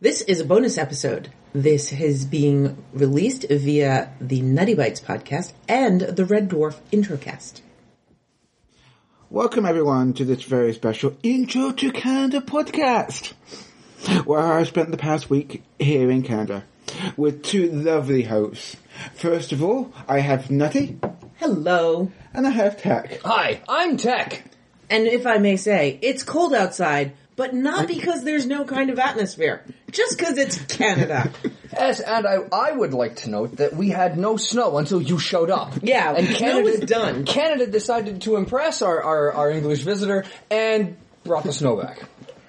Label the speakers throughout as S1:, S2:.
S1: This is a bonus episode. This is being released via the Nutty Bites podcast and the Red Dwarf Introcast.
S2: Welcome everyone to this very special Intro to Canada podcast, where I spent the past week here in Canada with two lovely hosts. First of all, I have Nutty
S1: Hello.
S2: and I have Tech.
S3: Hi, I'm Tech.
S1: And if I may say, it's cold outside, but not because there's no kind of atmosphere. Just because it's Canada.
S3: Yes, and I, I would like to note that we had no snow until you showed up.
S1: Yeah,
S3: and
S1: snow
S3: Canada
S1: was done.
S3: Canada decided to impress our, our, our English visitor and brought the snow back.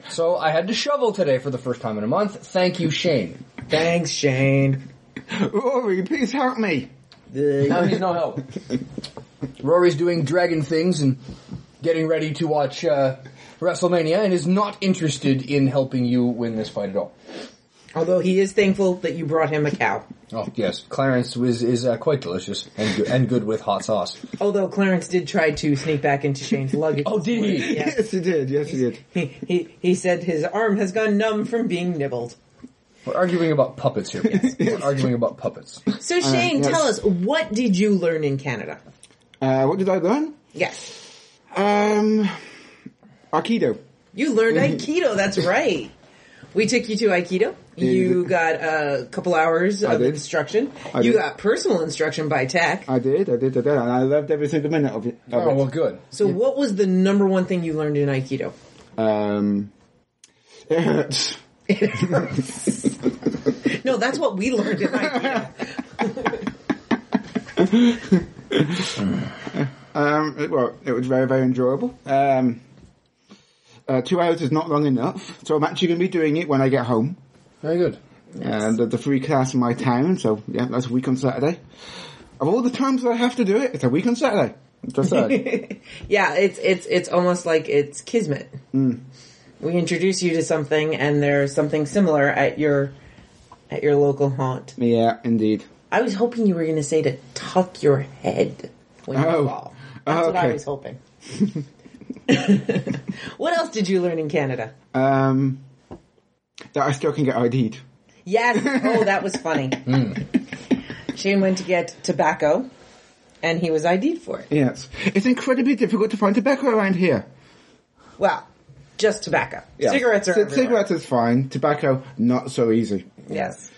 S3: So I had to shovel today for the first time in a month. Thank you, Shane.
S1: Thanks, Shane.
S2: Rory, please help me.
S3: Now he's no help. Rory's doing dragon things and getting ready to watch uh, WrestleMania, and is not interested in helping you win this fight at all.
S1: Although he is thankful that you brought him a cow.
S3: Oh yes, Clarence was, is uh, quite delicious and good, and good with hot sauce.
S1: Although Clarence did try to sneak back into Shane's luggage.
S3: Oh, did he?
S1: Yeah.
S2: Yes, he did. Yes, he did.
S1: He, he, he said his arm has gone numb from being nibbled.
S3: We're arguing about puppets here. We're arguing about puppets.
S1: So Shane,
S2: yes.
S1: tell us, what did you learn in Canada?
S2: Uh, what did I learn?
S1: Yes.
S2: Um, Aikido.
S1: You learned Aikido, that's right. We took you to Aikido. You got a couple hours of
S2: did.
S1: instruction.
S2: I
S1: you
S2: did.
S1: got personal instruction by tech.
S2: I did, I did, I did, and I loved every single minute of it. of
S3: Oh,
S2: it.
S3: well, good.
S1: So what was the number one thing you learned in Aikido?
S2: Um, it hurts.
S1: No, that's what we learned in Aikido.
S2: Um, it, well, it was very, very enjoyable. Um, uh, two hours is not long enough, so I'm actually going to be doing it when I get home.
S3: Very good.
S2: And the, the free class in my town, so yeah, that's a week on Saturday. Of all the times that I have to do it, it's a week on Saturday. Just saying.
S1: yeah, it's it's it's almost like it's kismet.
S2: Mm.
S1: We introduce you to something and there's something similar at your at your local haunt.
S2: yeah, indeed.
S1: I was hoping you were going to say to tuck your head when you
S2: Oh.
S1: fall. That's
S2: Oh,
S1: what I
S2: okay.
S1: was hoping. what else did you learn in Canada?
S2: Um, that I still can get ID'd.
S1: Yes. Oh, that was funny.
S2: Hmm.
S1: Shane went to get tobacco, and he was ID'd for it.
S2: Yes. It's incredibly difficult to find tobacco around here.
S1: Well, just tobacco.
S2: Yeah.
S1: Cigarettes are
S2: Ci-
S1: everywhere.
S2: Cigarettes is fine. Tobacco, not so easy.
S1: Yes.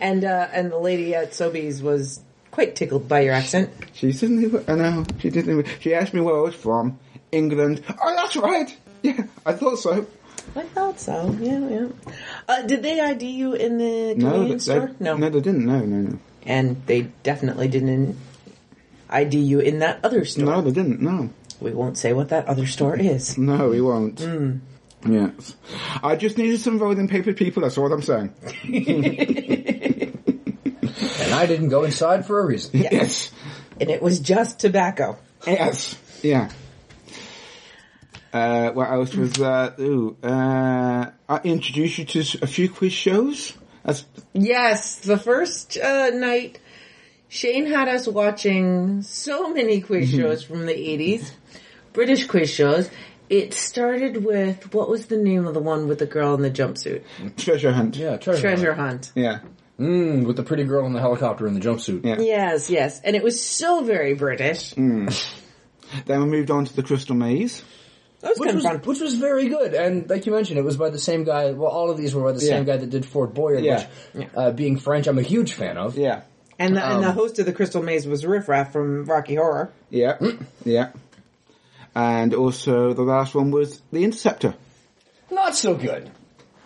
S1: And uh, and the lady at Sobeys was quite tickled by your accent.
S2: She didn't even, I know, she didn't even, she asked me where I was from. England. Oh, that's right! Yeah, I thought so.
S1: I thought so. Yeah, yeah. Uh, did they ID you in the
S2: No,
S1: convenience
S2: they,
S1: store?
S2: no. they didn't. No, no, no.
S1: and they definitely didn't ID you in that other store.
S2: No, they didn't. No.
S1: We won't say what that other store is.
S2: No, he won't. Yes. I just needed some rolling paper people, that's all I'm saying.
S3: And I didn't go inside for a reason.
S2: Yes.
S1: And it was just tobacco.
S2: Yes. Yeah. Uh, what else was, uh, ooh, uh, I introduced you to s- a few quiz shows. That's,
S1: Yes, the first uh, night, Shane had us watching so many quiz shows from the 80s, British quiz shows. It started with, what was the name of the one with the girl in the jumpsuit?
S2: treasure hunt.
S3: Yeah, treasure.
S1: Treasure Hunt.
S2: Yeah.
S3: Mm, with the pretty girl in the helicopter in the jumpsuit.
S2: Yeah.
S1: Yes, yes. And it was so very British.
S2: Then we moved on to the Crystal Maze.
S1: That was
S3: Which
S1: kind of
S3: was,
S1: fun.
S3: which was very good, and like you mentioned, it was by the same guy. Well, all of these were by the same
S2: Yeah.
S3: guy that did Fort Boyard,
S2: Yeah.
S3: which, uh, being French, I'm a huge fan of.
S2: Yeah.
S1: And the, and the host of the Crystal Maze was Riff Raff from Rocky Horror.
S2: Yeah. yeah. And also the last one was The Interceptor.
S3: Not so good.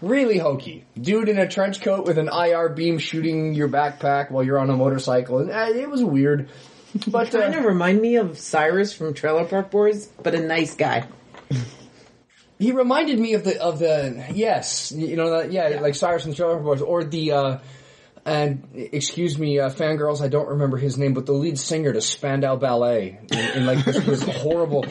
S3: Really hokey. Dude in a trench coat with an IR beam shooting your backpack while you're on a motorcycle, and uh, it was weird. But
S1: Kind
S3: uh,
S1: of remind me of Cyrus from Trailer Park Boys, but a nice guy.
S3: He reminded me of the of the yes, you know that yeah, like Cyrus and the Trailer Park Boys or the uh and excuse me, uh, fangirls, I don't remember his name, but the lead singer to Spandau Ballet in, in like this, this horrible.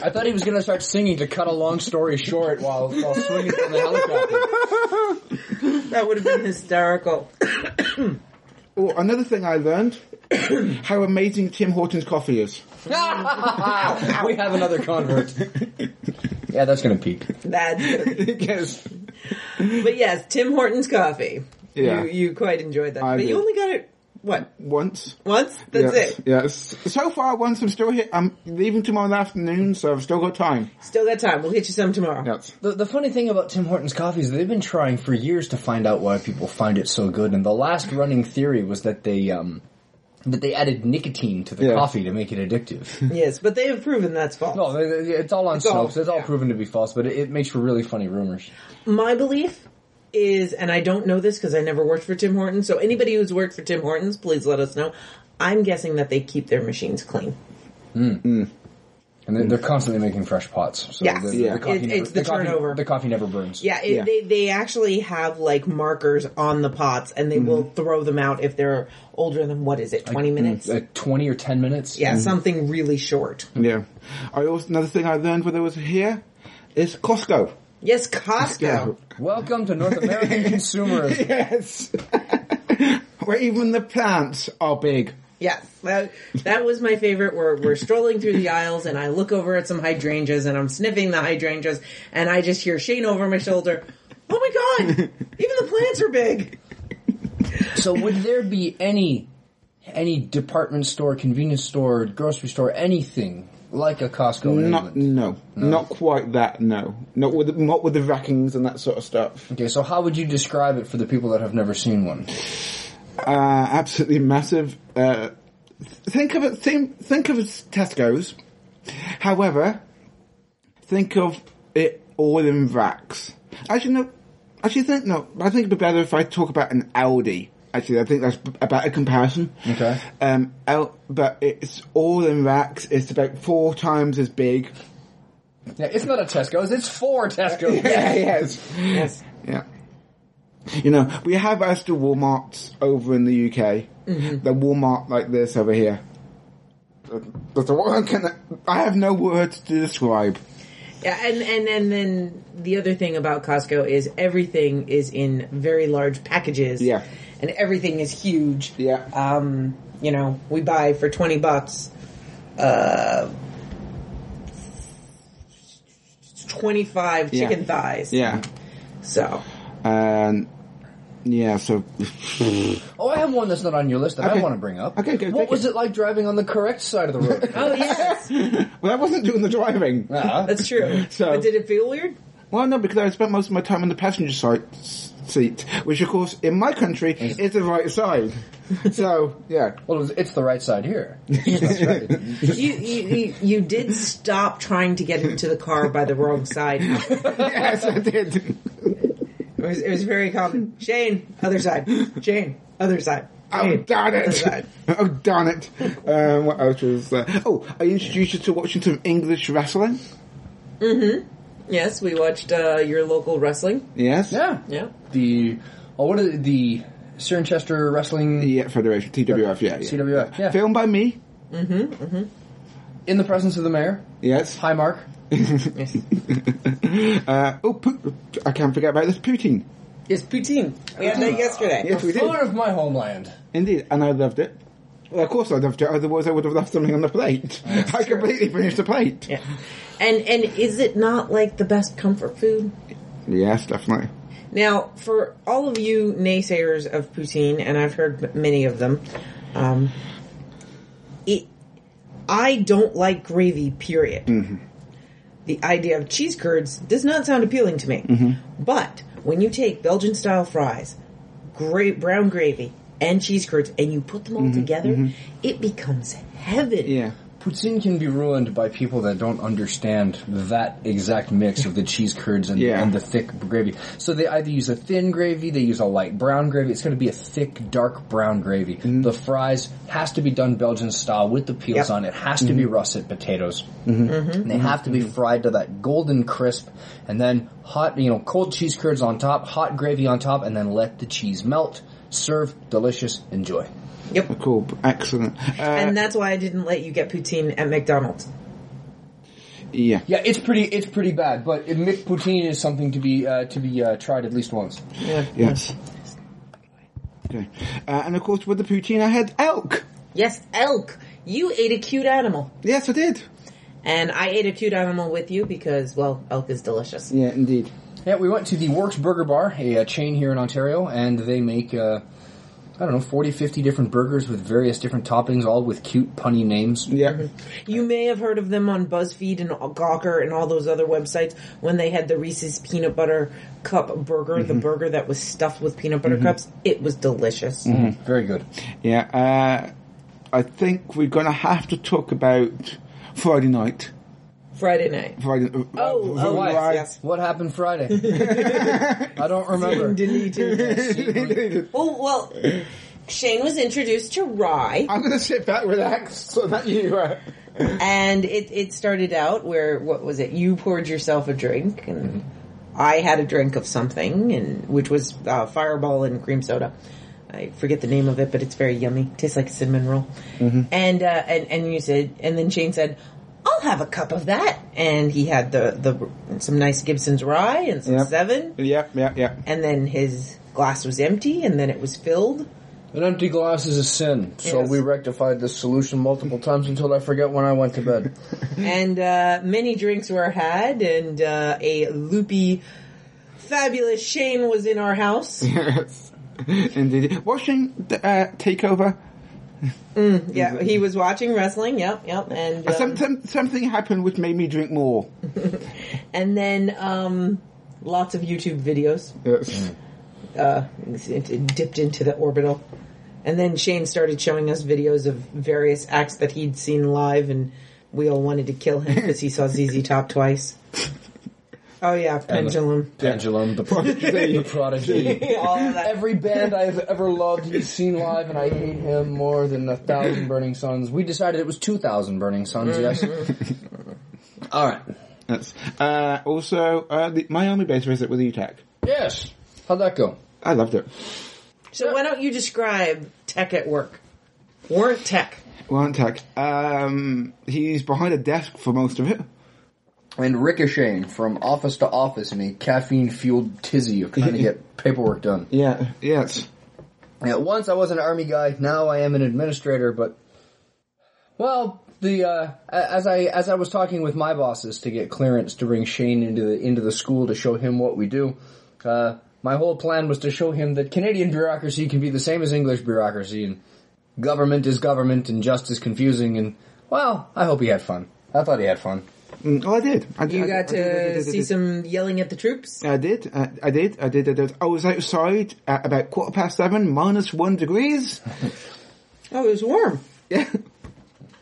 S3: I thought he was gonna start singing to cut a long story short while while swinging from the helicopter.
S1: That would have been hysterical.
S2: Oh, another thing I learned, how amazing Tim Horton's coffee is.
S3: we have another convert. Yeah, that's gonna peak.
S1: That
S2: yes.
S1: But yes, Tim Hortons coffee.
S2: Yeah.
S1: You, you quite enjoyed that.
S2: I
S1: but
S2: did.
S1: you only got it, what,
S2: Once.
S1: once? That's
S2: yes,
S1: it.
S2: Yes. So far, once I'm still here, I'm leaving tomorrow afternoon, so I've still got time.
S1: Still got time. We'll get you some tomorrow.
S2: Yes.
S3: The, the funny thing about Tim Hortons coffee is they've been trying for years to find out why people find it so good, and the last running theory was that they um that they added nicotine to the
S2: Yeah.
S3: coffee to make it addictive.
S1: Yes, but they have proven that's false.
S3: no, they- they- it's all on
S1: all-
S3: soaps. It's all proven to be false, but it, it makes for really funny rumors.
S1: My belief is, and I don't know this because I never worked for Tim Hortons, so anybody who's worked for Tim Hortons, please let us know. I'm guessing that they keep their machines clean.
S3: And they, they're constantly making fresh pots. So
S1: Yes.
S3: the,
S1: Yeah.
S3: the coffee
S1: It-
S3: never,
S1: it's the
S3: coffee-
S1: turnover.
S3: the coffee never burns.
S1: Yeah, it,
S2: Yeah.
S1: They, they actually have like markers on the pots and they will throw them out if they're older than what is it, 20 minutes?
S3: Like mm-hmm. 20 or 10 minutes.
S1: yeah, something really short.
S2: Yeah. I also, another thing I learned when I was here is Costco.
S1: Yes, Costco.
S3: Mm. Welcome to North American consumerism.
S2: Yes. Where even the plants are big.
S1: Yes, that, that was my favorite. We're, we're strolling through the aisles and I look over at some hydrangeas and I'm sniffing the hydrangeas and I just hear Shane over my shoulder, Oh my god, even the plants are big.
S3: So would there be any any department store, convenience store, grocery store, anything like a Costco in
S2: Not,
S3: England?
S2: no, Not quite that, no. Not with, the, not with the rackings and that sort of stuff.
S3: Okay, so how would you describe it for the people that have never seen one?
S2: Uh, absolutely massive. Uh, think of it, think, think of it as Tesco's. However, think of it all in racks. Actually, no, actually think, no, I think it'd be better if I talk about an Aldi. Actually, I think that's a better comparison.
S3: Okay.
S2: Um, Al- but it's all in racks. It's about four times as big.
S3: Yeah, it's not a Tesco's, it's four Tesco's.
S2: yes.
S1: Yes.
S2: Yeah. You know, we have as to Walmarts over in the UK. The Walmart like this over here. But the one can I have no words to describe.
S1: Yeah, and, and and then the other thing about Costco is everything is in very large packages.
S2: Yeah.
S1: And everything is huge.
S2: Yeah.
S1: Um, you know, we buy for twenty bucks uh twenty five
S2: Yeah.
S1: chicken thighs.
S2: Yeah.
S1: So
S2: And yeah, so
S3: Oh, I have one that's not on your list that I
S2: Okay.
S3: want to bring up.
S2: Okay, go
S3: What
S2: take
S3: was
S2: it.
S3: it. like driving on the correct side of the road?
S1: Oh yes.
S2: well I wasn't doing the driving.
S3: Uh-huh.
S1: That's true.
S2: So-
S1: but did it feel weird?
S2: Well no, because I spent most of my time on the passenger side s- seat, which of course in my country is the right side. so yeah.
S3: Well, it's- it's the right side here.
S1: You, you you- you did stop trying to get into the car by the wrong side. It
S2: yes I did.
S1: was, it was very common. Shane, other side. Shane, other side.
S2: Oh
S1: Shane,
S2: darn
S1: other
S2: it!
S1: side.
S2: oh darn it! Um, what else was there? Oh, I introduced you to watching some English wrestling.
S1: Yes, we watched uh, your local wrestling.
S2: Yes.
S3: Yeah.
S1: Yeah.
S3: The oh, what is it? the Cirencester Wrestling
S2: Yeah, Federation TWF. Yeah. yeah.
S3: CWF? Yeah.
S2: Filmed by me.
S3: In the presence of the mayor.
S2: Yes.
S3: Hi, Mark.
S1: Yes.
S2: Uh, oh, Pu- I can't forget about this Putin.
S1: It's poutine. We had that yesterday.
S2: Yes, we did.
S3: Honor of my homeland.
S2: Indeed, and I loved it. Well, of course I loved it. Otherwise, I would have left something on the plate. I completely finished the plate.
S1: Yeah. And and is it not like the best comfort food?
S2: Yes, definitely.
S1: Now, for all of you naysayers of poutine, and I've heard many of them, um, it, I don't like gravy, period. The idea of cheese curds does not sound appealing to me. But when you take Belgian style fries, great brown gravy, and cheese curds, and you put them all together, it becomes heaven.
S2: Yeah.
S3: Poutine can be ruined by people that don't understand that exact mix of the cheese curds and,
S2: Yeah.
S3: and the thick gravy. So they either use a thin gravy, they use a light brown gravy. It's going to be a thick, dark brown gravy. The fries has to be done Belgian style with the
S1: Yep.
S3: peels on. It has to be russet potatoes. And they have to be fried to that golden crisp, and then hot, you know, cold cheese curds on top, hot gravy on top, and then let the cheese melt. Serve delicious. Enjoy.
S1: Yep.
S2: Cool. Excellent. Uh,
S1: And that's why I didn't let you get poutine at McDonald's.
S2: yeah.
S3: Yeah, it's pretty. It's pretty bad, but Mick Poutine is something to be uh, to be uh, tried at least once.
S2: Yes. Okay. Uh, and of course, with the poutine, I had elk.
S1: Yes, elk. You ate a cute animal.
S2: Yes, I did.
S1: And I ate a cute animal with you because, well, elk is delicious.
S2: Yeah, indeed.
S3: Yeah, we went to the Works Burger Bar, a, uh chain here in Ontario, and they make, uh, I don't know, 40, 50 different burgers with various different toppings, all with cute, punny names.
S2: Yeah.
S1: You may have heard of them on BuzzFeed and Gawker and all those other websites when they had the Reese's peanut butter cup burger, the burger that was stuffed with peanut butter cups. It was delicious.
S3: Very good.
S2: Yeah. Uh, I think we're going to have to talk about Friday night.
S1: Friday night.
S2: Friday, uh,
S1: Oh, oh,
S2: Friday-
S1: yes, yes.
S3: What happened Friday? I don't remember.
S1: Oh, well, Shane was introduced to rye.
S2: I'm going to sit back, relax, so that you. Uh,
S1: and it, it started out where what was it you poured yourself a drink and i had a drink of something and which was uh, fireball and cream soda i forget the name of it but it's very yummy tastes like a cinnamon roll and uh, and and you said and then shane said i'll have a cup of that and he had the the some nice gibson's rye and some
S2: Yep.
S1: seven
S2: yeah, yeah, yeah.
S1: and then his glass was empty and then it was filled
S3: An empty glass is a sin, so
S1: Yes.
S3: we rectified this solution multiple times until I forget when I went to bed.
S1: and uh, many drinks were had, and uh, a loopy, fabulous Shane was in our house.
S2: Yes. Indeed. Watching the uh, takeover,
S1: yeah, he was watching wrestling. Yep, yep, and
S2: some,
S1: um,
S2: some, something happened which made me drink more.
S1: and then um, lots of YouTube videos
S2: Yes.
S1: uh, it- it dipped into the orbital, and then Shane started showing us videos of various acts that he'd seen live, and we all wanted to kill him because he saw ZZ Top twice. Oh yeah, pendulum.
S3: Pendulum, the
S2: Prodigy.
S3: prodigy, the prodigy.
S1: All of that.
S3: Every band I've ever loved, he's seen live, and I hate him more than a thousand burning suns. We decided it was two thousand burning suns. Yes. All right.
S2: Yes. Uh, also, uh, the, my army base visit with UTAC.
S3: Yes. How'd that go?
S2: I loved it.
S1: So why don't you describe tech at work? Weren't tech.
S2: Well, Tech, um, he's behind a desk for most of it.
S3: And ricocheting from office to office in a caffeine-fueled tizzy of trying to get paperwork done.
S2: Yeah. Yes.
S3: At once I was an army guy, now I am an administrator, but well, the uh, a- as I as I was talking with my bosses to get clearance to bring Shane into the into the school to show him what we do, uh, my whole plan was to show him that Canadian bureaucracy can be the same as English bureaucracy and government is government and just as confusing and well, I hope he had fun. I thought he had fun.
S2: Mm, oh, I did. I did.
S1: You
S2: I
S1: got
S2: did, I did, I did, I
S1: to
S2: did, I
S1: see
S2: did.
S1: some yelling at the troops.
S2: I did, I, I did, I did, I did. I was outside at about quarter past seven, minus one degrees.
S1: Oh, it was warm.
S2: Yeah,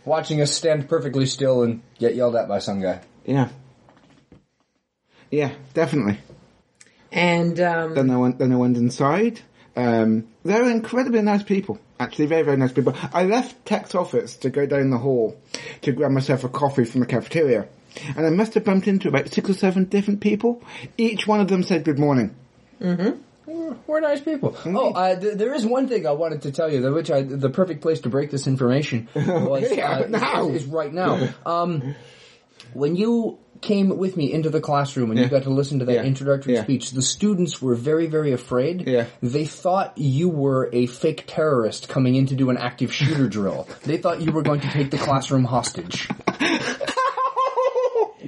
S3: Watching us stand perfectly still and get yelled at by some guy.
S2: yeah, yeah, definitely.
S1: And um,
S2: Then I went, then I went inside. Um, they're incredibly nice people. Actually, very, very nice people. I left Tech's office to go down the hall to grab myself a coffee from the cafeteria, and I must have bumped into about six or seven different people. Each one of them said good morning.
S3: We're, we're nice people.
S2: Mm-hmm.
S3: Oh, uh, th- there is one thing I wanted to tell you, that which I, the perfect place to break this information was uh,
S2: Yeah, now.
S3: is, is right now. Um, when you came with me into the classroom and you
S2: Yeah.
S3: got to listen to that
S2: Yeah.
S3: introductory
S2: Yeah.
S3: speech, the students were very, very afraid.
S2: Yeah.
S3: They thought you were a fake terrorist coming in to do an active shooter drill. They thought you were going to take the classroom hostage.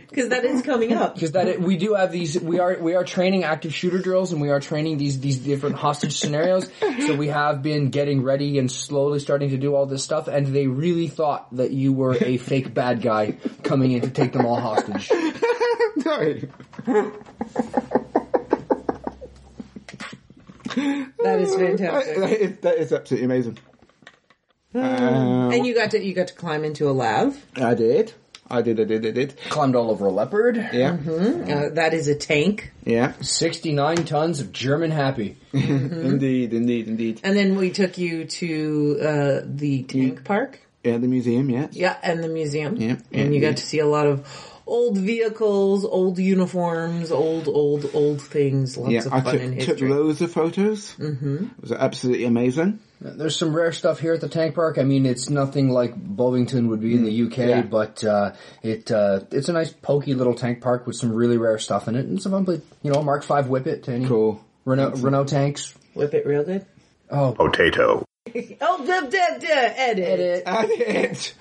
S1: because that is coming up.
S3: because that we do have these we are we are training active shooter drills and we are training these these different hostage scenarios so we have been getting ready and slowly starting to do all this stuff and they really thought that you were a fake bad guy coming in to take them all hostage
S2: Sorry.
S1: That is
S2: I-
S1: fantastic.
S2: that is- that is absolutely amazing. Um,
S1: And you got to you got to climb into a lav.
S2: I did. I did, I did, I did.
S3: climbed all over a leopard
S2: Yeah.
S1: Uh, that is a tank.
S2: Yeah.
S3: 69 tons of german happy
S2: Indeed, indeed, indeed.
S1: And then we took you to uh, the tank park.
S2: Yeah, the museum, yes.
S1: Yeah, and the museum.
S2: Yeah,
S1: And you
S2: yeah.
S1: got to see a lot of old vehicles, old uniforms, old old old things. Lots
S2: Yeah,
S1: of
S2: I
S1: fun in
S2: took, took
S1: history.
S2: loads of photos. Mm-hmm. It was absolutely amazing.
S3: There's some rare stuff here at the tank park. I mean, it's nothing like Bovington would be in the UK,
S2: yeah.
S3: but uh, it uh, it's a nice pokey little tank park with some really rare stuff in it. And it's a fun place. You know, Mark Five Whip it to any
S2: Cool.
S3: Renault Renault tanks.
S1: Whip it real good.
S3: Oh,
S4: Potato.
S1: Oh, duh, duh, duh, edit.
S3: edit.
S2: I did.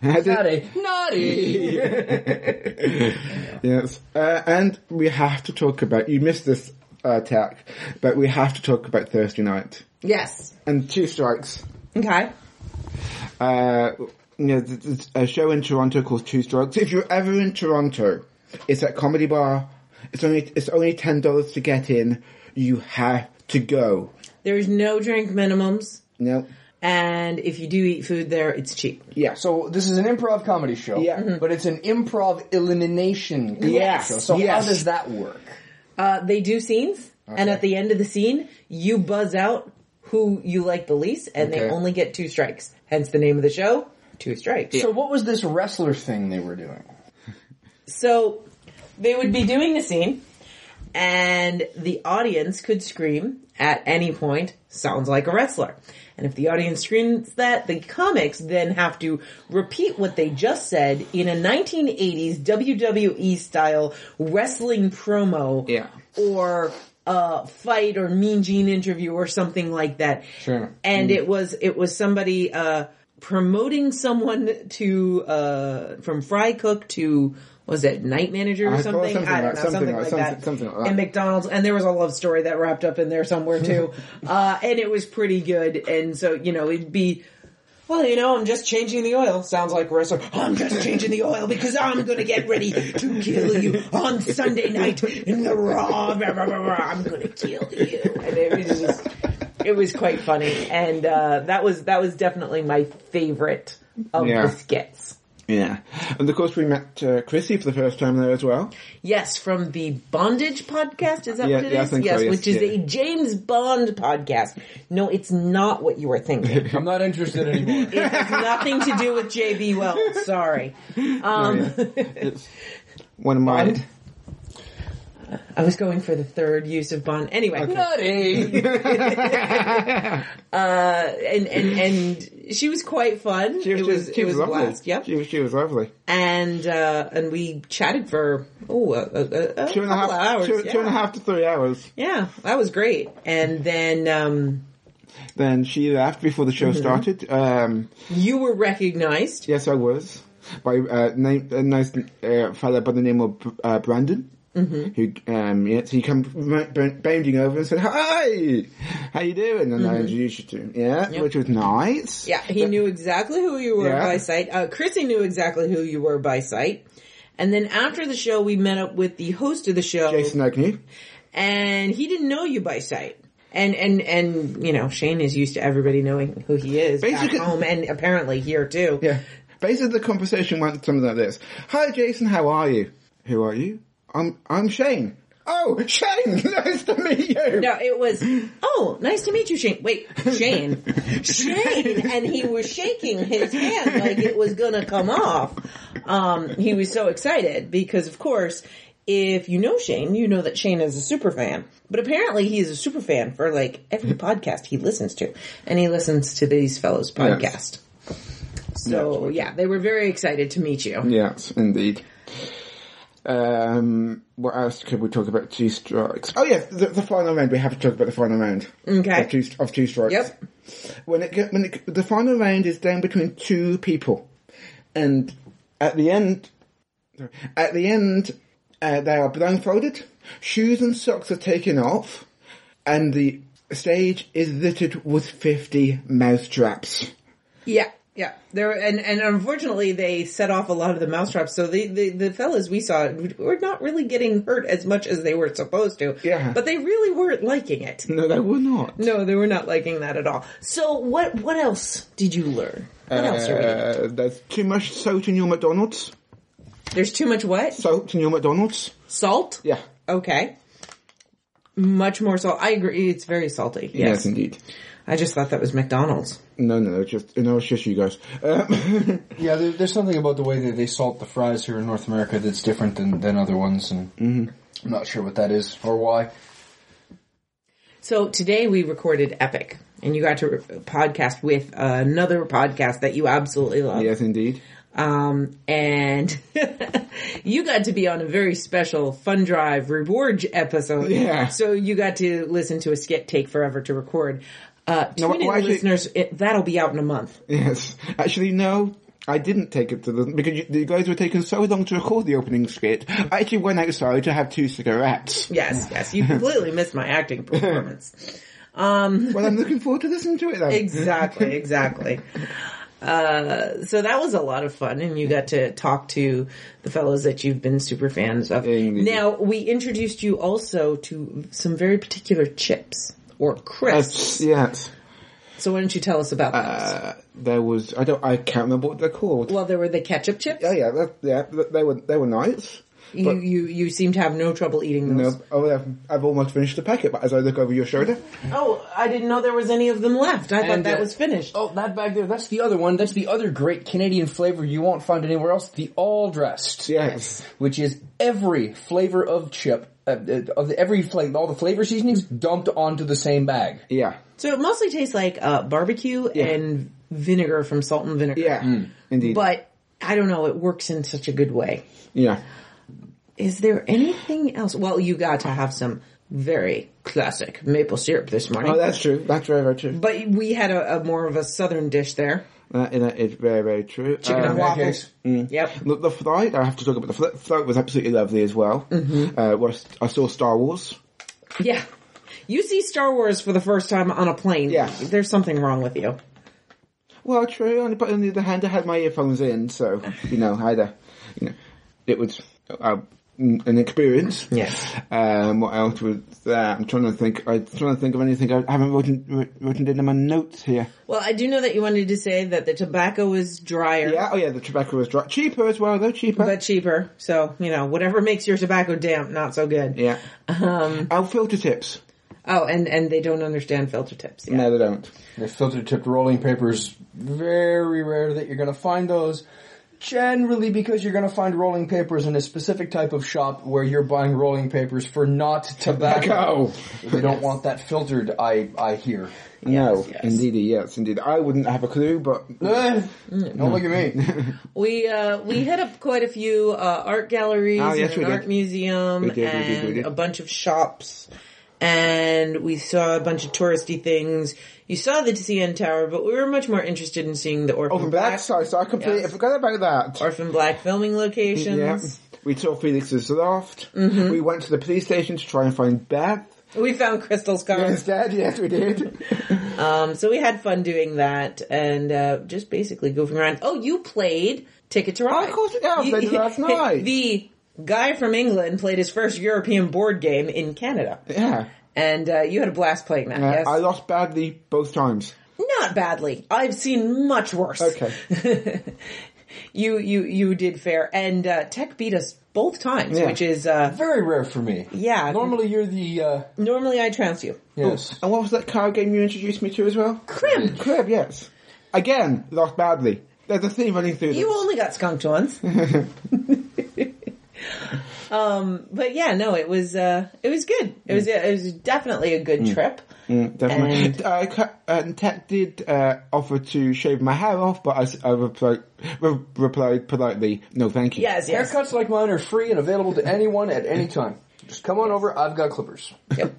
S2: Had it-
S3: Naughty, naughty.
S2: Yes, uh, and we have to talk about. You missed this uh, tack, but we have to talk about Thursday night
S1: Yes.
S2: and two strikes.
S1: Okay.
S2: Uh, you know, th- th- a show in Toronto called Two Strikes. If you're ever in Toronto, it's at Comedy Bar. It's only it's only ten dollars to get in. You have to go.
S1: There's no drink minimums,
S2: No,
S1: and if you do eat food there, it's cheap.
S2: yeah. So
S3: So this is an improv comedy show,
S2: Yeah. Mhm.
S3: but it's an improv elimination comedy
S2: Yes,
S3: show. So
S2: yes.
S3: how does that work?
S1: Uh, they do scenes, and at the end of the scene, you buzz out who you like the least, and they
S3: Okay.
S1: only get two strikes. Hence the name of the show, Two Strikes.
S3: So what was this wrestler thing they were doing?
S1: So they would be doing a scene, and the audience could scream at any point, sounds like a wrestler. And if the audience screams that, the comics then have to repeat what they just said in a 1980s WWE E style wrestling promo.
S2: Yeah.
S1: Or uh, fight or mean gene interview or something like that.
S3: Sure.
S2: Mm.
S1: And it was, it was somebody, uh, promoting someone to, uh, from fry cook to, was it night manager or
S2: I- or
S1: something?
S2: something
S1: I don't know,
S2: like- something
S1: something
S2: like-
S1: like
S2: something-
S1: that.
S2: something like that.
S1: And McDonald's, and there was a love story that wrapped up in there somewhere too. uh, and it was pretty good. And so, you know, it'd be, well, you know, I'm just changing the oil. Sounds like wrestler. I'm just changing the oil because I'm gonna get ready to kill you on Sunday night in the raw. Rah, rah, rah, rah, I'm gonna kill you. And it was just, it was quite funny. And, uh, that was, that was definitely my favorite of
S2: Yeah.
S1: the skits.
S2: yeah, and of course we met uh, Chrissy for the first time there as well.
S1: Yes, from the Bondage podcast. Is that
S2: Yeah,
S1: what it is?
S2: yeah, I think so,
S1: yes,
S2: yes,
S1: which is
S2: yeah.
S1: a James Bond podcast. No, it's not what you were thinking.
S3: I'm not interested anymore.
S1: it has nothing to do with JB Wells. Sorry.
S2: Oh,
S1: Um,
S2: One of my
S1: Bond? I was going for the third use of Bond. Anyway, Uh,
S3: Nutty.
S1: and, and, and she was quite fun.
S2: She was,
S1: it was, it was a
S2: lovely.
S1: blast. Yep.
S2: She, she was lovely.
S1: And, uh, and we chatted for, oh, a, a, a, a
S2: Two and a half
S1: couple hours.
S2: two-
S1: yeah.
S2: two and a half to three hours.
S1: Yeah, that was great. And then, um,
S2: Then she left before the
S1: Mm-hmm.
S2: show started. Um,
S1: you were recognized.
S2: yes, I was by uh, name, a nice uh, fellow by the name of uh, Brandon. Who um yes he come b- b- bounding over and said hi how you doing and I introduced you to him yeah which was nice
S1: Yeah, he knew exactly who you were
S2: Yeah.
S1: by sight. Uh, Chrissy knew exactly who you were by sight. And then after the show, we met up with the host of the show,
S2: Jason Agnew
S1: and he didn't know you by sight. And and and you know, Shane is used to everybody knowing who he is
S2: Basically-
S1: back home, and apparently here too.
S2: Yeah. Basically, the conversation went something like this: "Hi, Jason. How are you? Who are you? I'm I'm Shane. Oh, Shane. Nice to meet you.
S1: No, it was, oh, nice to meet you, Shane. Wait, Shane. Shane! And he was shaking his hand like it was gonna come off. Um, he was so excited because of course, if you know Shane, you know that Shane is a super fan. But apparently he is a super fan for like every podcast he listens to. And he listens to these fellows podcast. So yeah, they were very excited to meet you.
S2: Yes, indeed. Um, what else could we talk about? Two strikes. Oh yes, the, the final round. We have to talk about the final round.
S1: Okay.
S2: Of two, of two strikes.
S1: Yep.
S2: When it get, when it, the final round is down between two people, and at the end, at the end, uh, they are blindfolded. Shoes and socks are taken off, and the stage is littered with fifty mousetraps.
S1: Yeah, yeah. There and and unfortunately they set off a lot of the mousetraps. So the the, the fellas we saw were not really getting hurt as much as they were supposed to.
S2: Yeah.
S1: but they really weren't liking it.
S2: No, they were not.
S1: No, they were not liking that at all. So what what else did you learn? What else are we? doing?
S2: Uh, there's too much salt in your McDonald's.
S1: There's too much what
S2: Salt in your McDonald's.
S1: salt.
S2: Yeah.
S1: Okay. Much more salt. I agree. It's very salty.
S2: Yes,
S1: Yes.
S2: indeed.
S1: I just thought that was McDonald's.
S2: No, no, just no, it's just you guys. Um,
S3: yeah, there, there's something about the way that they salt the fries here in North America that's different than, than other ones, and I'm not sure what that is or why.
S1: So today we recorded Epic, and you got to re- podcast with another podcast that you absolutely love.
S2: yes, indeed.
S1: Um, and you got to be on a very special fun drive reward episode.
S2: Yeah.
S1: So you got to listen to a skit take forever to record. Uh,
S2: wh-
S1: tune in,
S2: why should-
S1: listeners, it, that'll be out in a month.
S2: Yes, actually, no. I didn't take it to the because you, you guys were taking so long to record the opening skit. I actually went outside to have two cigarettes.
S1: Yes, yes, you completely missed my acting performance. Um,
S2: Well, I'm looking forward to listening to it though.
S1: exactly, exactly. Uh, so that was a lot of fun, and you got to talk to the fellows that you've been super fans of.
S2: Indeed.
S1: Now we introduced you also to some very particular chips or crisps.
S2: That's- yes.
S1: so why don't you tell us about those?
S2: Uh, there was I don't I can't remember what they're called.
S1: Well, there were the ketchup chips.
S2: Oh yeah, that, yeah, th- they were they were nice.
S1: you, you you seem to have no trouble eating
S2: No,
S1: those.
S2: oh, I've, I've almost finished the packet, but as I look over your shoulder,
S1: Oh, I didn't know there was any of them left. I thought
S3: And,
S1: that
S3: uh,
S1: was finished.
S3: Oh, that back there, that's the other one. That's the other great Canadian flavor you won't find anywhere else. The all dressed.
S2: yes,
S3: Which is every flavor of chip, uh, uh, of the- every flavor, all the flavor seasonings dumped onto the same bag.
S2: yeah,
S1: So it mostly tastes like uh, barbecue and vinegar from salt and vinegar.
S2: yeah, indeed,
S1: But I don't know, it works in such a good way.
S2: yeah.
S1: Is there anything else? Well, you got to have some very classic maple syrup this morning.
S2: Oh, that's true. That's very very true.
S1: but we had a, a more of a southern dish there.
S2: That, that is very very true.
S1: Chicken
S2: Um,
S1: and waffles. Yep.
S2: The, the flight, I have to talk about the flight. The flight was absolutely lovely as well.
S1: Mm-hmm.
S2: Uh, was, I saw Star Wars.
S1: Yeah. You see Star Wars for the first time on a plane.
S2: Yeah.
S1: There's something wrong with you.
S2: Well, true, on- but on the other hand, I had my earphones in, so, you know, I had a, you know, it was uh, an experience.
S1: Yes.
S2: Um, what else was there? I'm trying to think, I'm trying to think of anything I haven't written, writ- written down in my notes here.
S1: Well, I do know that you wanted to say that the tobacco is drier.
S2: Yeah, oh yeah, the tobacco was dry. Cheaper as well, though, cheaper.
S1: But cheaper, so you know whatever makes your tobacco damp, not so good.
S2: yeah. Um, Our filter tips.
S1: Oh, and and they don't understand filter tips. Yeah.
S2: No, they don't.
S3: The filter tipped rolling paper is very rare that you're going to find those. Generally because you're going to find rolling papers in a specific type of shop where you're buying rolling papers for not tobacco.
S2: Tobacco.
S3: They don't want that filtered, I, I hear.
S2: no,
S1: yes.
S2: indeed, yes, indeed. I wouldn't have a clue, but
S3: Eh, Don't look at me.
S1: We uh, we hit up quite a few uh, art galleries,
S2: Oh, yes,
S1: and
S2: we
S1: an
S2: did.
S1: art museum,
S2: We did, we did, we
S1: and
S2: did.
S1: a bunch of shops, and we saw a bunch of touristy things. You saw the CN Tower, but we were much more interested in seeing the Orphan
S2: from
S1: Black
S2: that side, so I completely
S1: Yes.
S2: forgot about that.
S1: Orphan Black filming
S2: Yeah.
S1: locations.
S2: We saw Felix's loft.
S1: Mm-hmm.
S2: We went to the police station to try and find Beth.
S1: We found Crystal's car.
S2: Instead, yes, we did.
S1: Um, so we had fun doing that and uh, just basically goofing around. Oh, you played Ticket to Ride.
S2: of course, yeah, I played it last night.
S1: The guy from England played his first European board game in Canada,
S2: yeah.
S1: and uh, you had a blast playing that.
S2: Uh,
S1: yes,
S2: I lost badly both times.
S1: not badly. I've seen much worse.
S2: Okay.
S1: you you you did fair, and uh, Tech beat us both times,
S2: Yeah.
S1: which is uh,
S3: Very rare for me.
S1: Yeah.
S3: Normally you're the, uh,
S1: normally I trounce you.
S3: yes.
S2: And what was that card game you introduced me to as well?
S1: Crim,
S2: Crib, yes. Again, lost badly. There's a theme running through
S1: You
S2: this.
S1: only got skunked once. um, but yeah, no, it was uh, it was good. It was it was definitely a good trip.
S2: Mm, definitely.
S1: And-
S2: uh, Ca- and Tech did uh, offer to shave my hair off, but I, s- I replied, re- replied politely, no thank you.
S1: Yes, yes.
S3: Haircuts like mine are free and available to anyone at any time. Just come on over, I've got clippers.
S1: Yep.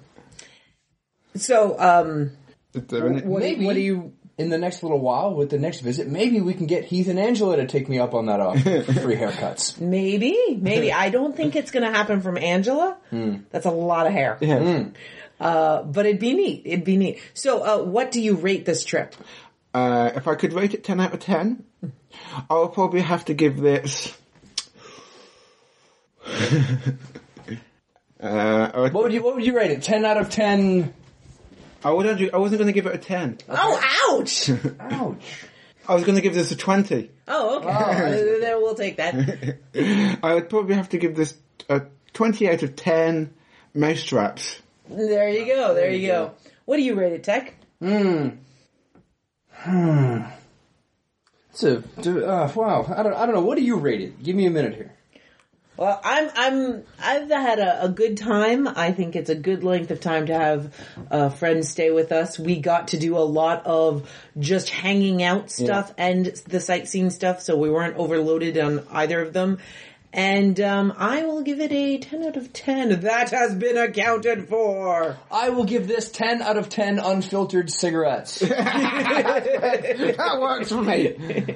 S1: So, um,
S2: Is there any-
S1: what,
S3: Maybe.
S1: Do, what do you?
S3: In the next little while, with the next visit, maybe we can get Heath and Angela to take me up on that offer for free haircuts.
S1: Maybe, maybe. I don't think it's going to happen from Angela. That's a lot of hair,
S2: Yeah.
S1: uh, but it'd be neat. It'd be neat. So, uh, what do you rate this trip?
S2: Uh, if I could rate it 10 out of 10, I would probably have to give this. uh, I, would,
S3: What would you What would you rate it? Ten out of ten.
S2: I, would actually- I wasn't going to give it a 10.
S1: Oh, ouch!
S3: Ouch.
S2: I was going to give this a 20.
S1: Oh, okay. Uh, then we'll take that.
S2: I would probably have to give this a 20 out of 10 mousetraps.
S1: There you go. There you go. What do you rate it, Tech?
S3: It's a d- uh, wow. I don't. I don't know. What do you rate it? Give me a minute here.
S1: Well, I'm I'm I've had a, a good time. I think it's a good length of time to have uh, friends stay with us. We got to do a lot of just hanging out stuff and the sightseeing stuff, so we weren't overloaded on either of them. And um, I will give it a 10 out of 10. That has been accounted for.
S3: I will give this 10 out of 10 unfiltered cigarettes.
S2: That works for me.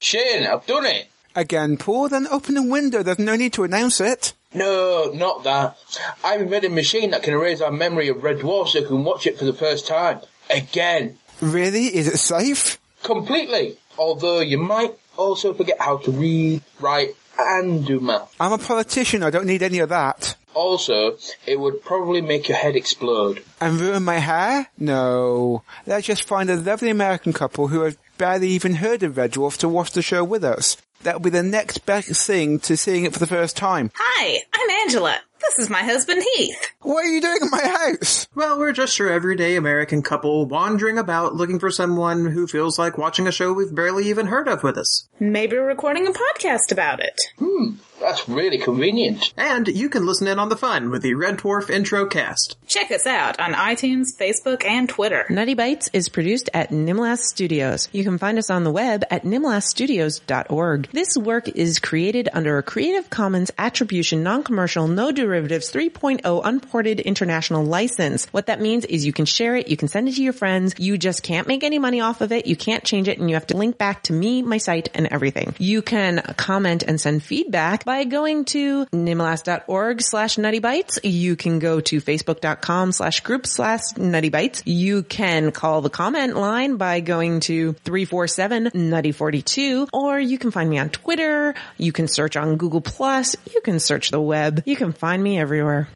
S4: Shane, I've done it.
S2: Again, Paul, then open the window. There's no need to announce it.
S4: No, not that. I invented a machine that can erase our memory of Red Dwarf so we can watch it for the first time. Again.
S2: Really? Is it safe?
S4: Completely. Although you might also forget how to read, write, and do math.
S2: I'm a politician. I don't need any of that.
S4: Also, it would probably make your head explode.
S2: And ruin my hair? No. Let's just find a lovely American couple who have barely even heard of Red Dwarf to watch the show with us. That will be the next best thing to seeing it for the first time.
S5: Hi, I'm Angela. This is my husband Heath.
S2: What are you doing in my house?
S6: Well, we're just your everyday American couple wandering about looking for someone who feels like watching a show we've barely even heard of with us.
S5: Maybe we're recording a podcast about it.
S4: That's really convenient.
S6: And you can listen in on the fun with the Red Dwarf intro cast.
S5: Check us out on iTunes, Facebook, and Twitter.
S1: Nutty Bites is produced at Nimlas Studios. You can find us on the web at nimlasstudios.org. This work is created under a Creative Commons Attribution Non-Commercial No Derivatives 3.0 Unported International License. What that means is you can share it, you can send it to your friends, you just can't make any money off of it, you can't change it, and you have to link back to me, my site, and everything. You can comment and send feedback by going to nimlas.org slash nutty bites. You can go to facebook.com slash group slash nutty bites. You can call the comment line by going to 347 nutty 42 or you can find me on Twitter. You can search on Google plus. You can search the web. You can find me everywhere.